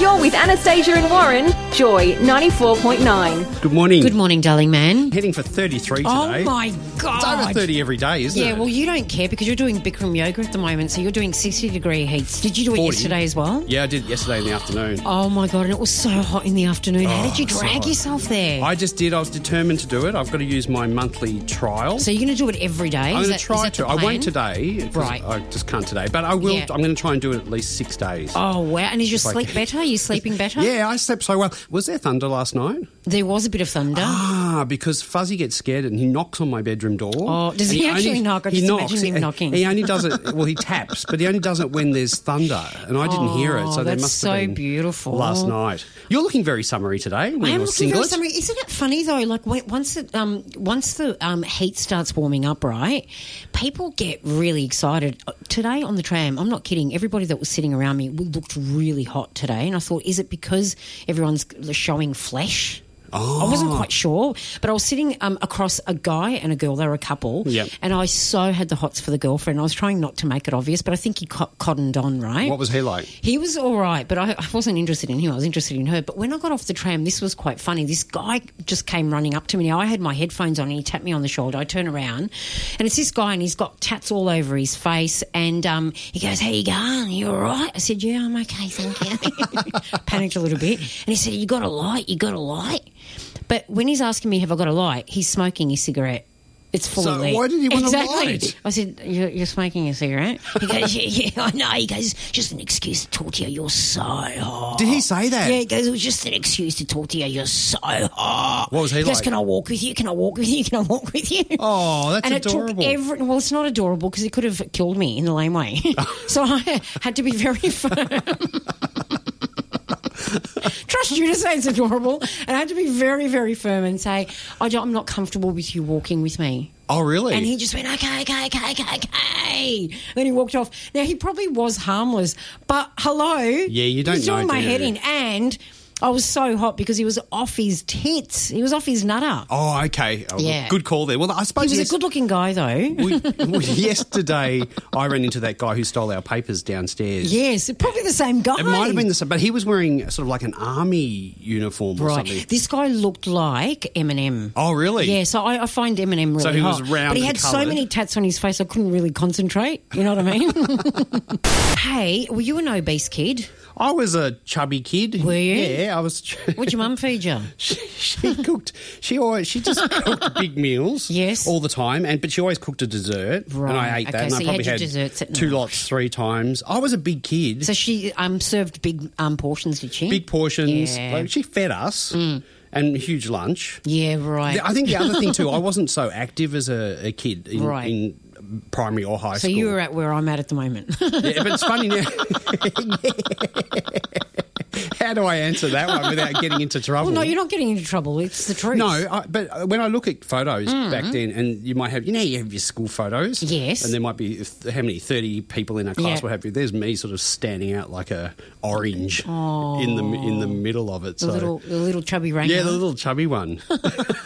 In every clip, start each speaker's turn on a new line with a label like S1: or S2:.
S1: You're with Anastasia and Warren, Joy 94.9.
S2: Good morning.
S3: Good morning, darling man.
S2: Heading for 33 today.
S3: Oh my god!
S2: It's over 30 every day, isn't
S3: Yeah,
S2: it?
S3: well, you don't care because you're doing Bikram yoga at the moment, so you're doing 60 degree heats. Did you do it
S2: 40.
S3: yesterday as well?
S2: yeah, I did it yesterday in the afternoon.
S3: Oh my god! And it was so hot in the afternoon. How did you
S2: Oh, so
S3: drag
S2: hot.
S3: yourself there?
S2: I just did. I was determined to do it. I've got to use my monthly trial.
S3: so you're going to do it every day?
S2: I'm
S3: Is
S2: going
S3: that-
S2: to
S3: is
S2: try
S3: that the
S2: to. I
S3: plan?
S2: won't today. 'cause
S3: Right.
S2: I just can't today. But I will.
S3: Yeah.
S2: I'm going to try and do it at least six days.
S3: Oh wow! And is your
S2: I
S3: sleep
S2: can.
S3: better? Are you sleeping better?
S2: Yeah, I slept so well. Was there thunder last night?
S3: There was a bit of thunder.
S2: Ah, because Fuzzy gets scared and he knocks on my bedroom door.
S3: Oh, does
S2: And
S3: he actually
S2: only-
S3: knock? I
S2: he
S3: just
S2: knocks.
S3: imagined him
S2: He-
S3: knocking.
S2: He only does it. Well, he taps, but he only does it when there's thunder, and I didn't hear it. So there
S3: Oh, that's
S2: must
S3: so
S2: have been
S3: beautiful.
S2: last night. You're looking very summery today. With
S3: I am
S2: your
S3: looking very
S2: singlet.
S3: summary. Isn't it funny though? Like when, once it, um once the um, heat starts warming up, right? People get really excited. Uh, Today on the tram, I'm not kidding. Everybody that was sitting around me looked really hot today, and I thought, is it because everyone's showing flesh? I wasn't quite sure, but I was sitting um, across a guy and a girl. They were a couple,
S2: Yep.
S3: and I so had the hots for the girlfriend. I was trying not to make it obvious, but I think he co- cottoned on, right?
S2: What was he like?
S3: He was all right, but I, I wasn't interested in him. I was interested in her. But when I got off the tram, this was quite funny. This guy just came running up to me. Now, I had my headphones on and he tapped me on the shoulder. I turn around and it's this guy and he's got tats all over his face. And um, he goes, How you going? You all right? I said, Yeah, I'm okay. Thank you. Panicked a little bit. And he said, You got a light? You got a light? But when he's asking me, Have I got a light? He's smoking his cigarette. It's full
S2: So
S3: of lead.
S2: why did he want a
S3: exactly.
S2: light?
S3: I said, you're, you're smoking a cigarette? He goes, yeah, yeah, I know. He goes, just an excuse to talk to you. You're so hot.
S2: Did he say that?
S3: Yeah, he goes, it was just an excuse to talk to you. You're so hot.
S2: What was he
S3: goes,
S2: like?
S3: can I walk with you? Can I walk with you? Can I walk with you?
S2: Oh, that's
S3: and
S2: adorable.
S3: it took every. Well, it's not adorable because he could have killed me in the laneway. so I had to be very firm. Trust you to say it's adorable. And I had to be very, very firm and say, I don't, I'm not comfortable with you walking with me.
S2: oh, really?
S3: And he just went, okay, okay, okay, okay, okay. Then he walked off. Now, he probably was harmless, but hello. Yeah,
S2: you don't
S3: He's
S2: know,
S3: doing my
S2: do
S3: head
S2: you?
S3: in. And I was so hot because he was off his tits. He was off his nutter.
S2: oh, okay. Oh,
S3: Yeah.
S2: Good call there. Well, I
S3: he
S2: suppose
S3: was
S2: yes-
S3: a good looking guy, though.
S2: we, well, yesterday, I ran into that guy who stole our papers downstairs.
S3: yes, probably the same guy.
S2: It might have been the same, but he was wearing sort of like an army uniform or
S3: Right.
S2: something.
S3: This guy looked like Eminem.
S2: Oh, really?
S3: Yeah, so I, I find Eminem really
S2: So he was
S3: hot.
S2: round
S3: but he
S2: and
S3: had so
S2: coloured.
S3: many tats on his face, I couldn't really concentrate. You know what I mean? hey, were you an obese kid?
S2: I was a chubby kid.
S3: Were you?
S2: Yeah, I was. ch-
S3: What'd your mum feed you?
S2: she, she cooked. She always. She just cooked big meals.
S3: Yes.
S2: all the time, and but she always cooked a dessert, and I
S3: Right,
S2: ate that.
S3: okay,
S2: and
S3: so
S2: I
S3: you
S2: probably
S3: had your desserts at
S2: two
S3: night.
S2: lots three times. I was a big kid.
S3: So she um, served big um, portions, did she?
S2: big portions.
S3: Yeah.
S2: Like, she fed us and huge lunch.
S3: Yeah, right.
S2: I think the other thing too, I wasn't so active as a, a kid in,
S3: Right.
S2: in primary or high
S3: so
S2: school.
S3: you were at where I'm at at the moment.
S2: Yeah, but it's funny now. How do I answer that one without getting into trouble?
S3: well, no, you're not getting into trouble. It's the truth.
S2: No, I, but when I look at photos back then, and you might have, you know, you have your school photos.
S3: Mm. Yes.
S2: And there might be, th- how many, 30 people in our class,
S3: Yeah.
S2: what have you. There's me sort of standing out like a orange in the in the middle of it.
S3: Oh.
S2: so.
S3: The little, the little chubby ranger.
S2: yeah, the little chubby one. I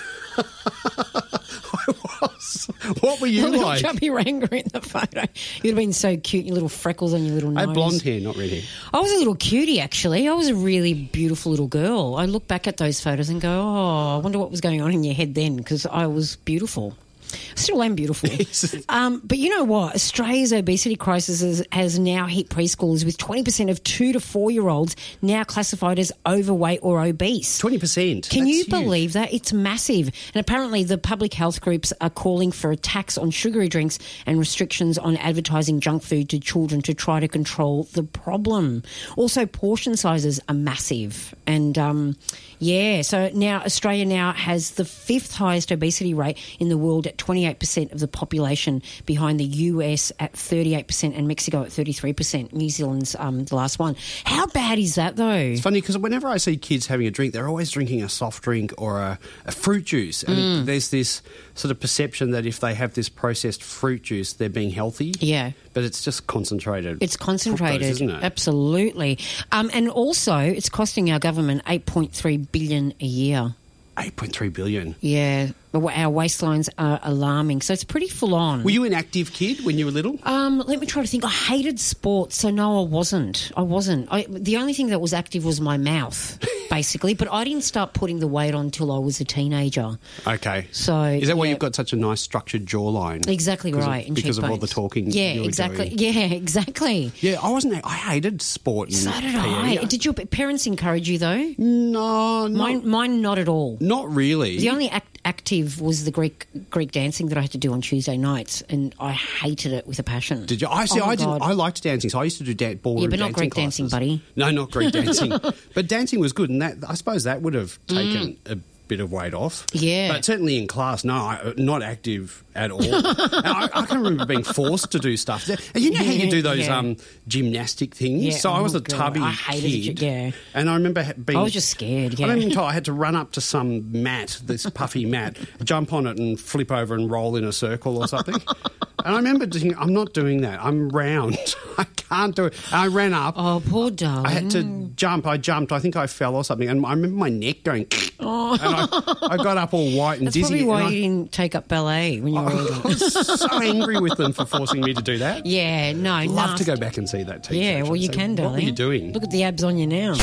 S2: was. What were
S3: The
S2: you
S3: little
S2: like?
S3: chubby ranger in the photo. You'd have been so cute. Your little freckles on your little
S2: I
S3: nose.
S2: had blonde hair, not red hair.
S3: I was a little cutie, actually. I was a really beautiful little girl. I look back at those photos and go, oh, I wonder what was going on in your head then because I was beautiful. I Still am beautiful. um, but you know what? Australia's obesity crisis has, has now hit preschoolers with 20% of two to four year olds now classified as overweight or obese.
S2: 20%.
S3: Can
S2: That's
S3: you
S2: huge.
S3: believe that? It's massive. And apparently, the public health groups are calling for a tax on sugary drinks and restrictions on advertising junk food to children to try to control the problem. Also, portion sizes are massive. And um, yeah, so now Australia now has the fifth highest obesity rate in the world at 28% of the population, behind the US at 38% and Mexico at 33%. New Zealand's um, the last one. How bad is that, though?
S2: It's funny because whenever I see kids having a drink, they're always drinking a soft drink or a, a fruit juice. And
S3: Mm.
S2: it- there's this sort of perception that if they have this processed fruit juice, they're being healthy.
S3: Yeah.
S2: But it's just concentrated.
S3: It's
S2: fructose,
S3: concentrated,
S2: isn't it?
S3: absolutely, um, and also it's costing our government eight point three billion a year.
S2: 8.3 billion.
S3: Yeah, But what- our waistlines are alarming, so it's pretty full on.
S2: Were you an active kid when you were little?
S3: um, let me try to think. I hated sports, so no, I wasn't. I wasn't. I, the only thing that was active was my mouth, basically. But I didn't start putting the weight on till I was a teenager.
S2: Okay.
S3: So,
S2: is that why
S3: yeah.
S2: you've got such a nice structured jawline?
S3: Exactly
S2: Because of-
S3: right. and
S2: because of all the
S3: cheekbones.
S2: talking.
S3: Yeah,
S2: you were
S3: exactly.
S2: doing.
S3: Yeah, exactly.
S2: Yeah, I wasn't. I hated sport. E. in
S3: So did
S2: PE.
S3: I. Did your parents encourage you though?
S2: No, not,
S3: Mine, mine, not at all.
S2: not really.
S3: The only act- active was the Greek Greek dancing that I had to do on Tuesday nights, and I hated it with a passion.
S2: Did you? I see.
S3: Oh my
S2: I didn't.
S3: God.
S2: I liked dancing, so I used to do dan- ballroom.
S3: Yeah, but not
S2: dancing
S3: Greek dancing,
S2: classes.
S3: buddy.
S2: No, not Greek dancing. But dancing was good, and that I suppose that would have taken a bit of weight off.
S3: Mm. Yeah.
S2: but certainly in class, no, I, not active at all. And I, I can remember being forced to do stuff. And you know how you do those
S3: Yeah.
S2: um, gymnastic things.
S3: Yeah,
S2: so I
S3: oh
S2: was a
S3: God,
S2: tubby
S3: I hated
S2: kid.
S3: gy- yeah.
S2: and I remember ha- being.
S3: I was just scared,
S2: I
S3: yeah.
S2: don't even tell. I had to run up to some mat, this puffy mat, jump on it and flip over and roll in a circle or something. And I remember thinking, I'm not doing that. I'm round. I can't do it. And I ran up.
S3: Oh, poor darling.
S2: I had to jump. I jumped. I think I fell or something. And I remember my neck going. And I, I got up all white and
S3: That's
S2: dizzy.
S3: probably why
S2: and I, Oh,
S3: you didn't take up ballet when you were
S2: I
S3: older.
S2: was so angry with them for forcing me to do that.
S3: Yeah, no,
S2: I'd love
S3: nasty.
S2: to go back and see that teacher.
S3: Yeah, well,
S2: actually.
S3: you
S2: So
S3: can, darling.
S2: What were you doing?
S3: Look at the abs on you now.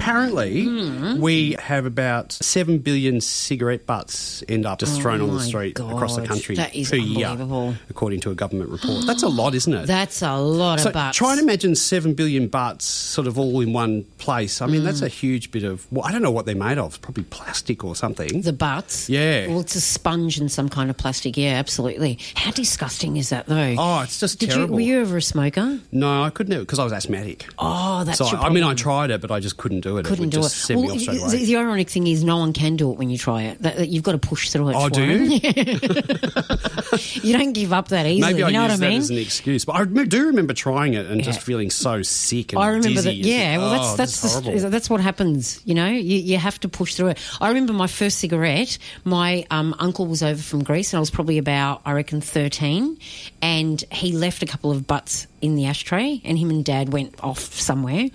S2: Apparently,
S3: Hmm.
S2: we have about seven billion cigarette butts end up just thrown on the
S3: Oh my
S2: street across the
S3: God.
S2: country
S3: That is
S2: per year,
S3: unbelievable.
S2: according to a government report. That's a lot, isn't it?
S3: That's a lot
S2: so
S3: of butts.
S2: try and imagine seven billion butts sort of all in one place. I mean, that's
S3: Hmm.
S2: a huge bit of. Well, I don't know what they're made of. Probably plastic or something.
S3: the butts.
S2: Yeah.
S3: Well, it's a sponge and some kind of plastic. Yeah, absolutely. How disgusting is that, though?
S2: Oh, it's just
S3: Did you,
S2: terrible.
S3: were you ever a smoker?
S2: no, I couldn't do it because I was asthmatic.
S3: Oh, that's
S2: so
S3: your
S2: I mean, I
S3: problem.
S2: tried it, but I just couldn't do it.
S3: couldn't
S2: it would
S3: do
S2: just
S3: it.
S2: Send me
S3: Well,
S2: off straight
S3: the-
S2: away.
S3: the, ironic thing is, no one can do it when you try it. That, that you've got to push through it.
S2: Oh,
S3: for
S2: do
S3: it. you don't give up that easily.
S2: Maybe I
S3: you know
S2: use
S3: what I mean?
S2: that as an excuse, but I rem- do remember trying it and just feeling so sick and
S3: I remember
S2: dizzy
S3: that.
S2: and
S3: Yeah,
S2: think,
S3: well, that's
S2: "Oh,
S3: that's
S2: this is
S3: the-
S2: horrible."
S3: that's what happens. You know, you, you have to push through it. I remember my first cigarette. My um, uncle was over from Greece, and I was probably about, I reckon, thirteen, and he left a couple of butts in the ashtray, and him and Dad went off somewhere,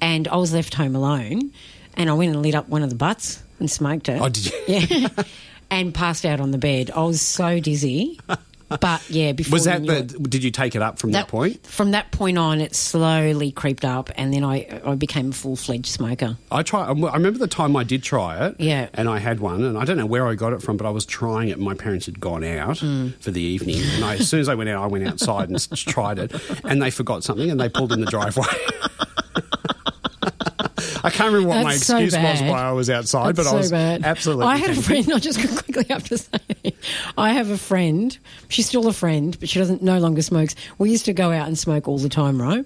S3: and I was left home alone, and I went and lit up one of the butts and smoked it.
S2: Oh, did you?
S3: Yeah, and passed out on the bed. I was so dizzy. But yeah, before
S2: Was
S3: you
S2: that
S3: knew
S2: the?
S3: it-
S2: Did you take it up from that, point?
S3: from that point on, it slowly creeped up, and then I, I became a full fledged smoker.
S2: I try. I remember the time I did try it.
S3: Yeah.
S2: And I had one, and I don't know where I got it from, but I was trying it. and My parents had gone out
S3: Hmm.
S2: for the evening, and I, as soon as I went out, I went outside and s- tried it, and they forgot something, and they pulled in the driveway. I can't remember what my
S3: That's so
S2: excuse was
S3: bad.
S2: why I was outside,
S3: That's
S2: but
S3: so
S2: I was
S3: bad.
S2: absolutely.
S3: I had a
S2: convinced.
S3: friend. I just quickly have to say, I have a friend. She's still a friend, but she doesn't no longer smokes. We used to go out and smoke all the time, right?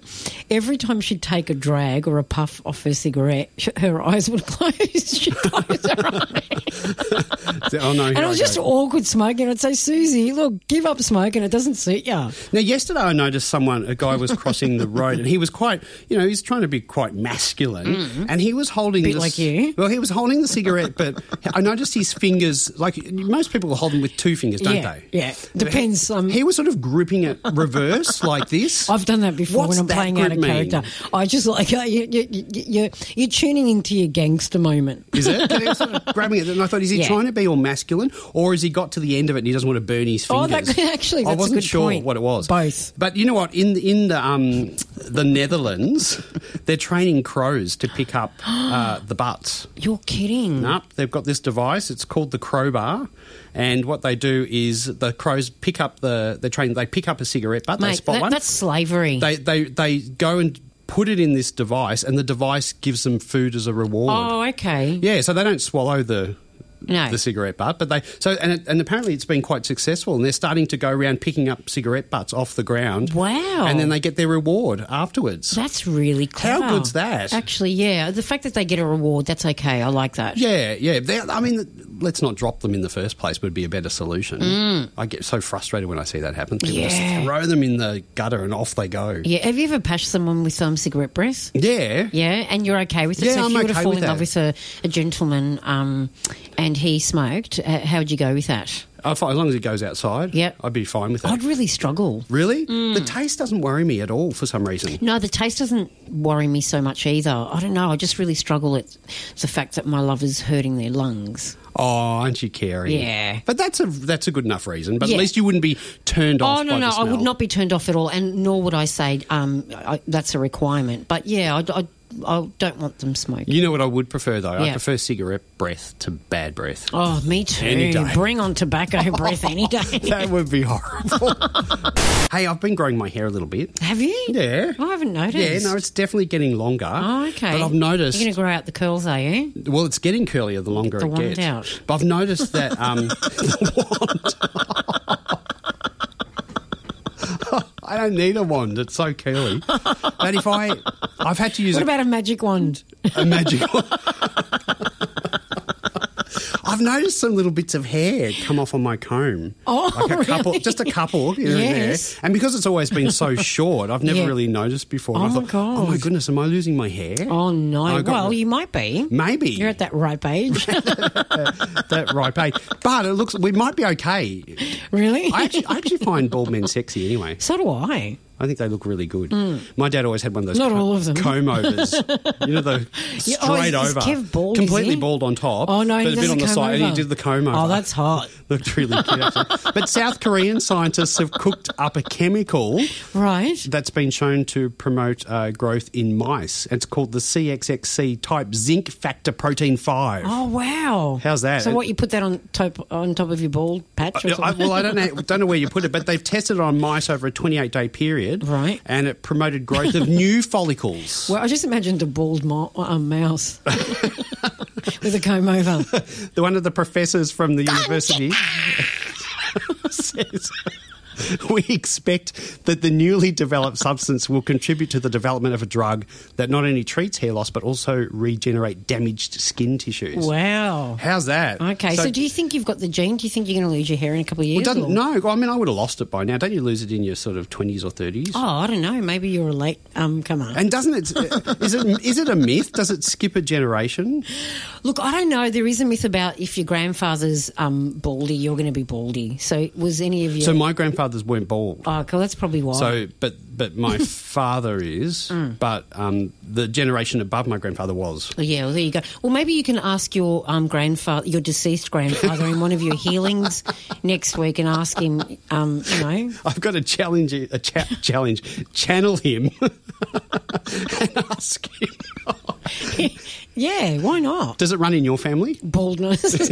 S3: Every time she'd take a drag or a puff off her cigarette, sh- her eyes would close. She'd close her eyes.
S2: Oh no!
S3: and
S2: here
S3: it was
S2: I
S3: just
S2: go.
S3: awkward smoking. I'd say, Susie, look, give up smoking. It doesn't suit you.
S2: Now, yesterday I noticed someone, a guy was crossing the road and he was quite, you know, he's trying to be quite masculine and he was holding
S3: Mm. Bit
S2: this-
S3: like you.
S2: Well, he was holding the cigarette, but I noticed his fingers, like most people hold them with two fingers, don't
S3: Yeah,
S2: they?
S3: yeah. Depends,
S2: He,
S3: um,
S2: he was sort of gripping it reverse like this.
S3: I've done that before
S2: What's
S3: when I'm
S2: that
S3: playing out a
S2: grip mean?
S3: character. I just like uh, you, you, you, you, you're tuning into your gangster moment.
S2: Is it? He was sort of grabbing it, and I thought, is he
S3: Yeah.
S2: trying to be all masculine, or has he got to the end of it and he doesn't want to burn his
S3: Oh,
S2: fingers?
S3: that- actually,
S2: I
S3: that's a
S2: wasn't
S3: good
S2: sure
S3: point.
S2: what it was.
S3: Both.
S2: but you know what? In the- in the um, the Netherlands, they're training crows to pick up uh, the butts.
S3: You're kidding.
S2: Up, they've got this device. It's called the crowbar, and what they do is the crows pick up the they train. They pick up a cigarette butt. they
S3: Mate,
S2: spot
S3: that-
S2: one.
S3: that's slavery.
S2: They they they go and put it in this device, and the device gives them food as a reward.
S3: oh, okay.
S2: Yeah, so they don't swallow the
S3: No.
S2: the cigarette butt, but they so and it, and apparently it's been quite successful, and they're starting to go around picking up cigarette butts off the ground.
S3: Wow.
S2: And then they get their reward afterwards.
S3: That's really
S2: How
S3: clever.
S2: good's that?
S3: Actually, yeah. The fact that they get a reward, that's okay. I like that.
S2: yeah, yeah. They- I mean, let's not drop them in the first place. Would be a better solution. I get so frustrated when I see that happen. People
S3: Mm. Yeah.
S2: just throw them in the gutter and off they go.
S3: Yeah. Have you ever pashed someone with um, cigarette breath?
S2: Yeah.
S3: Yeah, and you're okay with it.
S2: Yeah,
S3: so if
S2: I'm
S3: you were to
S2: okay
S3: fall
S2: with
S3: in love
S2: that.
S3: with a, a gentleman um, and he smoked, uh, how would you go with that?
S2: I fi- as long as it goes outside,
S3: Yep.
S2: I'd be fine with that.
S3: I'd Mm. really struggle.
S2: really? The taste doesn't worry me at all for some reason.
S3: No, the taste doesn't worry me so much either. I don't know. I just really struggle at the fact that my lover's hurting their lungs.
S2: Oh, aren't you caring?
S3: Yeah.
S2: But that's a that's a good enough reason. But
S3: Yeah.
S2: at least you wouldn't be turned off. by
S3: Oh no,
S2: the
S3: no, I would
S2: smell.
S3: not be turned off at all, and nor would I say um, I, that's a requirement. But yeah, I, I, I don't want them smoking.
S2: You know what I would prefer though?
S3: Yeah.
S2: I prefer cigarette breath to bad breath.
S3: Oh, me too.
S2: Any day.
S3: Bring on tobacco breath any day.
S2: That would be horrible. hey, I've been growing my hair a little bit.
S3: Have you?
S2: Yeah.
S3: Oh, I haven't
S2: Yeah,
S3: noticed.
S2: no, it's definitely getting longer.
S3: Oh, okay.
S2: But I've noticed.
S3: You're going to grow out the curls, are you?
S2: Well, it's getting curlier the longer
S3: The
S2: it
S3: wand
S2: gets.
S3: out.
S2: But I've noticed that um, the wand. I don't need a wand. It's so curly. But if I, I've had to use
S3: What
S2: a,
S3: about a magic wand?
S2: a magic wand. I've noticed some little bits of hair come off on my comb.
S3: Oh,
S2: like a couple,
S3: really?
S2: just a couple here
S3: Yes.
S2: and there. And because it's always been so short, I've never
S3: Yeah.
S2: really noticed before.
S3: Oh,
S2: And I
S3: my
S2: thought, oh my
S3: God.
S2: goodness, am I losing my hair?
S3: Oh no!
S2: I got-
S3: well, you might be.
S2: Maybe
S3: You're at that ripe age,
S2: that ripe age. But it looks we might be okay.
S3: really.
S2: I actually, I actually find bald men sexy anyway.
S3: so do I.
S2: I think they look really good. My dad always had one of those
S3: Hmm. Not all of them.
S2: comb overs. you know the straight
S3: Yeah, oh, is- is
S2: over,
S3: Kev bald, is
S2: completely
S3: he?
S2: bald on top.
S3: Oh, no, he
S2: but a bit
S3: doesn't
S2: on the
S3: comb
S2: side, and he
S3: over.
S2: did the comb over.
S3: Oh, that's hot.
S2: looked really cute. actually. but South Korean scientists have cooked up a chemical
S3: Right.
S2: that's been shown to promote uh, growth in mice. It's called the CXXC type zinc factor protein five.
S3: Oh wow!
S2: How's that? Uh,
S3: So what you put that on top on top of your bald patch? Or
S2: Yeah, I,
S3: something?
S2: well, I don't know, don't know where you put it, but they've tested it on mice over a 28 day period.
S3: Right.
S2: And it promoted growth of new follicles.
S3: Well, I just imagined a bald mo- uh, mouse with a comb over.
S2: The One of the professors from the university says. We expect that the newly developed substance will contribute to the development of a drug that not only treats hair loss but also regenerate damaged skin tissues.
S3: Wow.
S2: How's that?
S3: Okay. So, do you think you've got the gene? Do you think you're going to lose your hair in a couple of
S2: Well,
S3: years?
S2: doesn't,
S3: or-
S2: no, I mean, I would have lost it by now. Don't you lose it in your sort of 20s or 30s?
S3: Oh, I don't know. Maybe you're a late. Um, come on.
S2: And doesn't it is it is it a myth? Does it skip a generation?
S3: Look, I don't know. There is a myth about if your grandfather's um, baldy, you're going to be baldy. So was any of you?
S2: So my grandfathers weren't bald.
S3: oh, cool. That's probably why.
S2: So, but but my father is, but um, the generation above my grandfather was.
S3: Oh, Yeah, well, there you go. Well, maybe you can ask your um, grandfather, your deceased grandfather, in one of your healings next week, and ask him. Um, you know,
S2: I've got to challenge a cha- challenge, channel him, and ask him.
S3: yeah, why not?
S2: Does it run in your family?
S3: Baldness.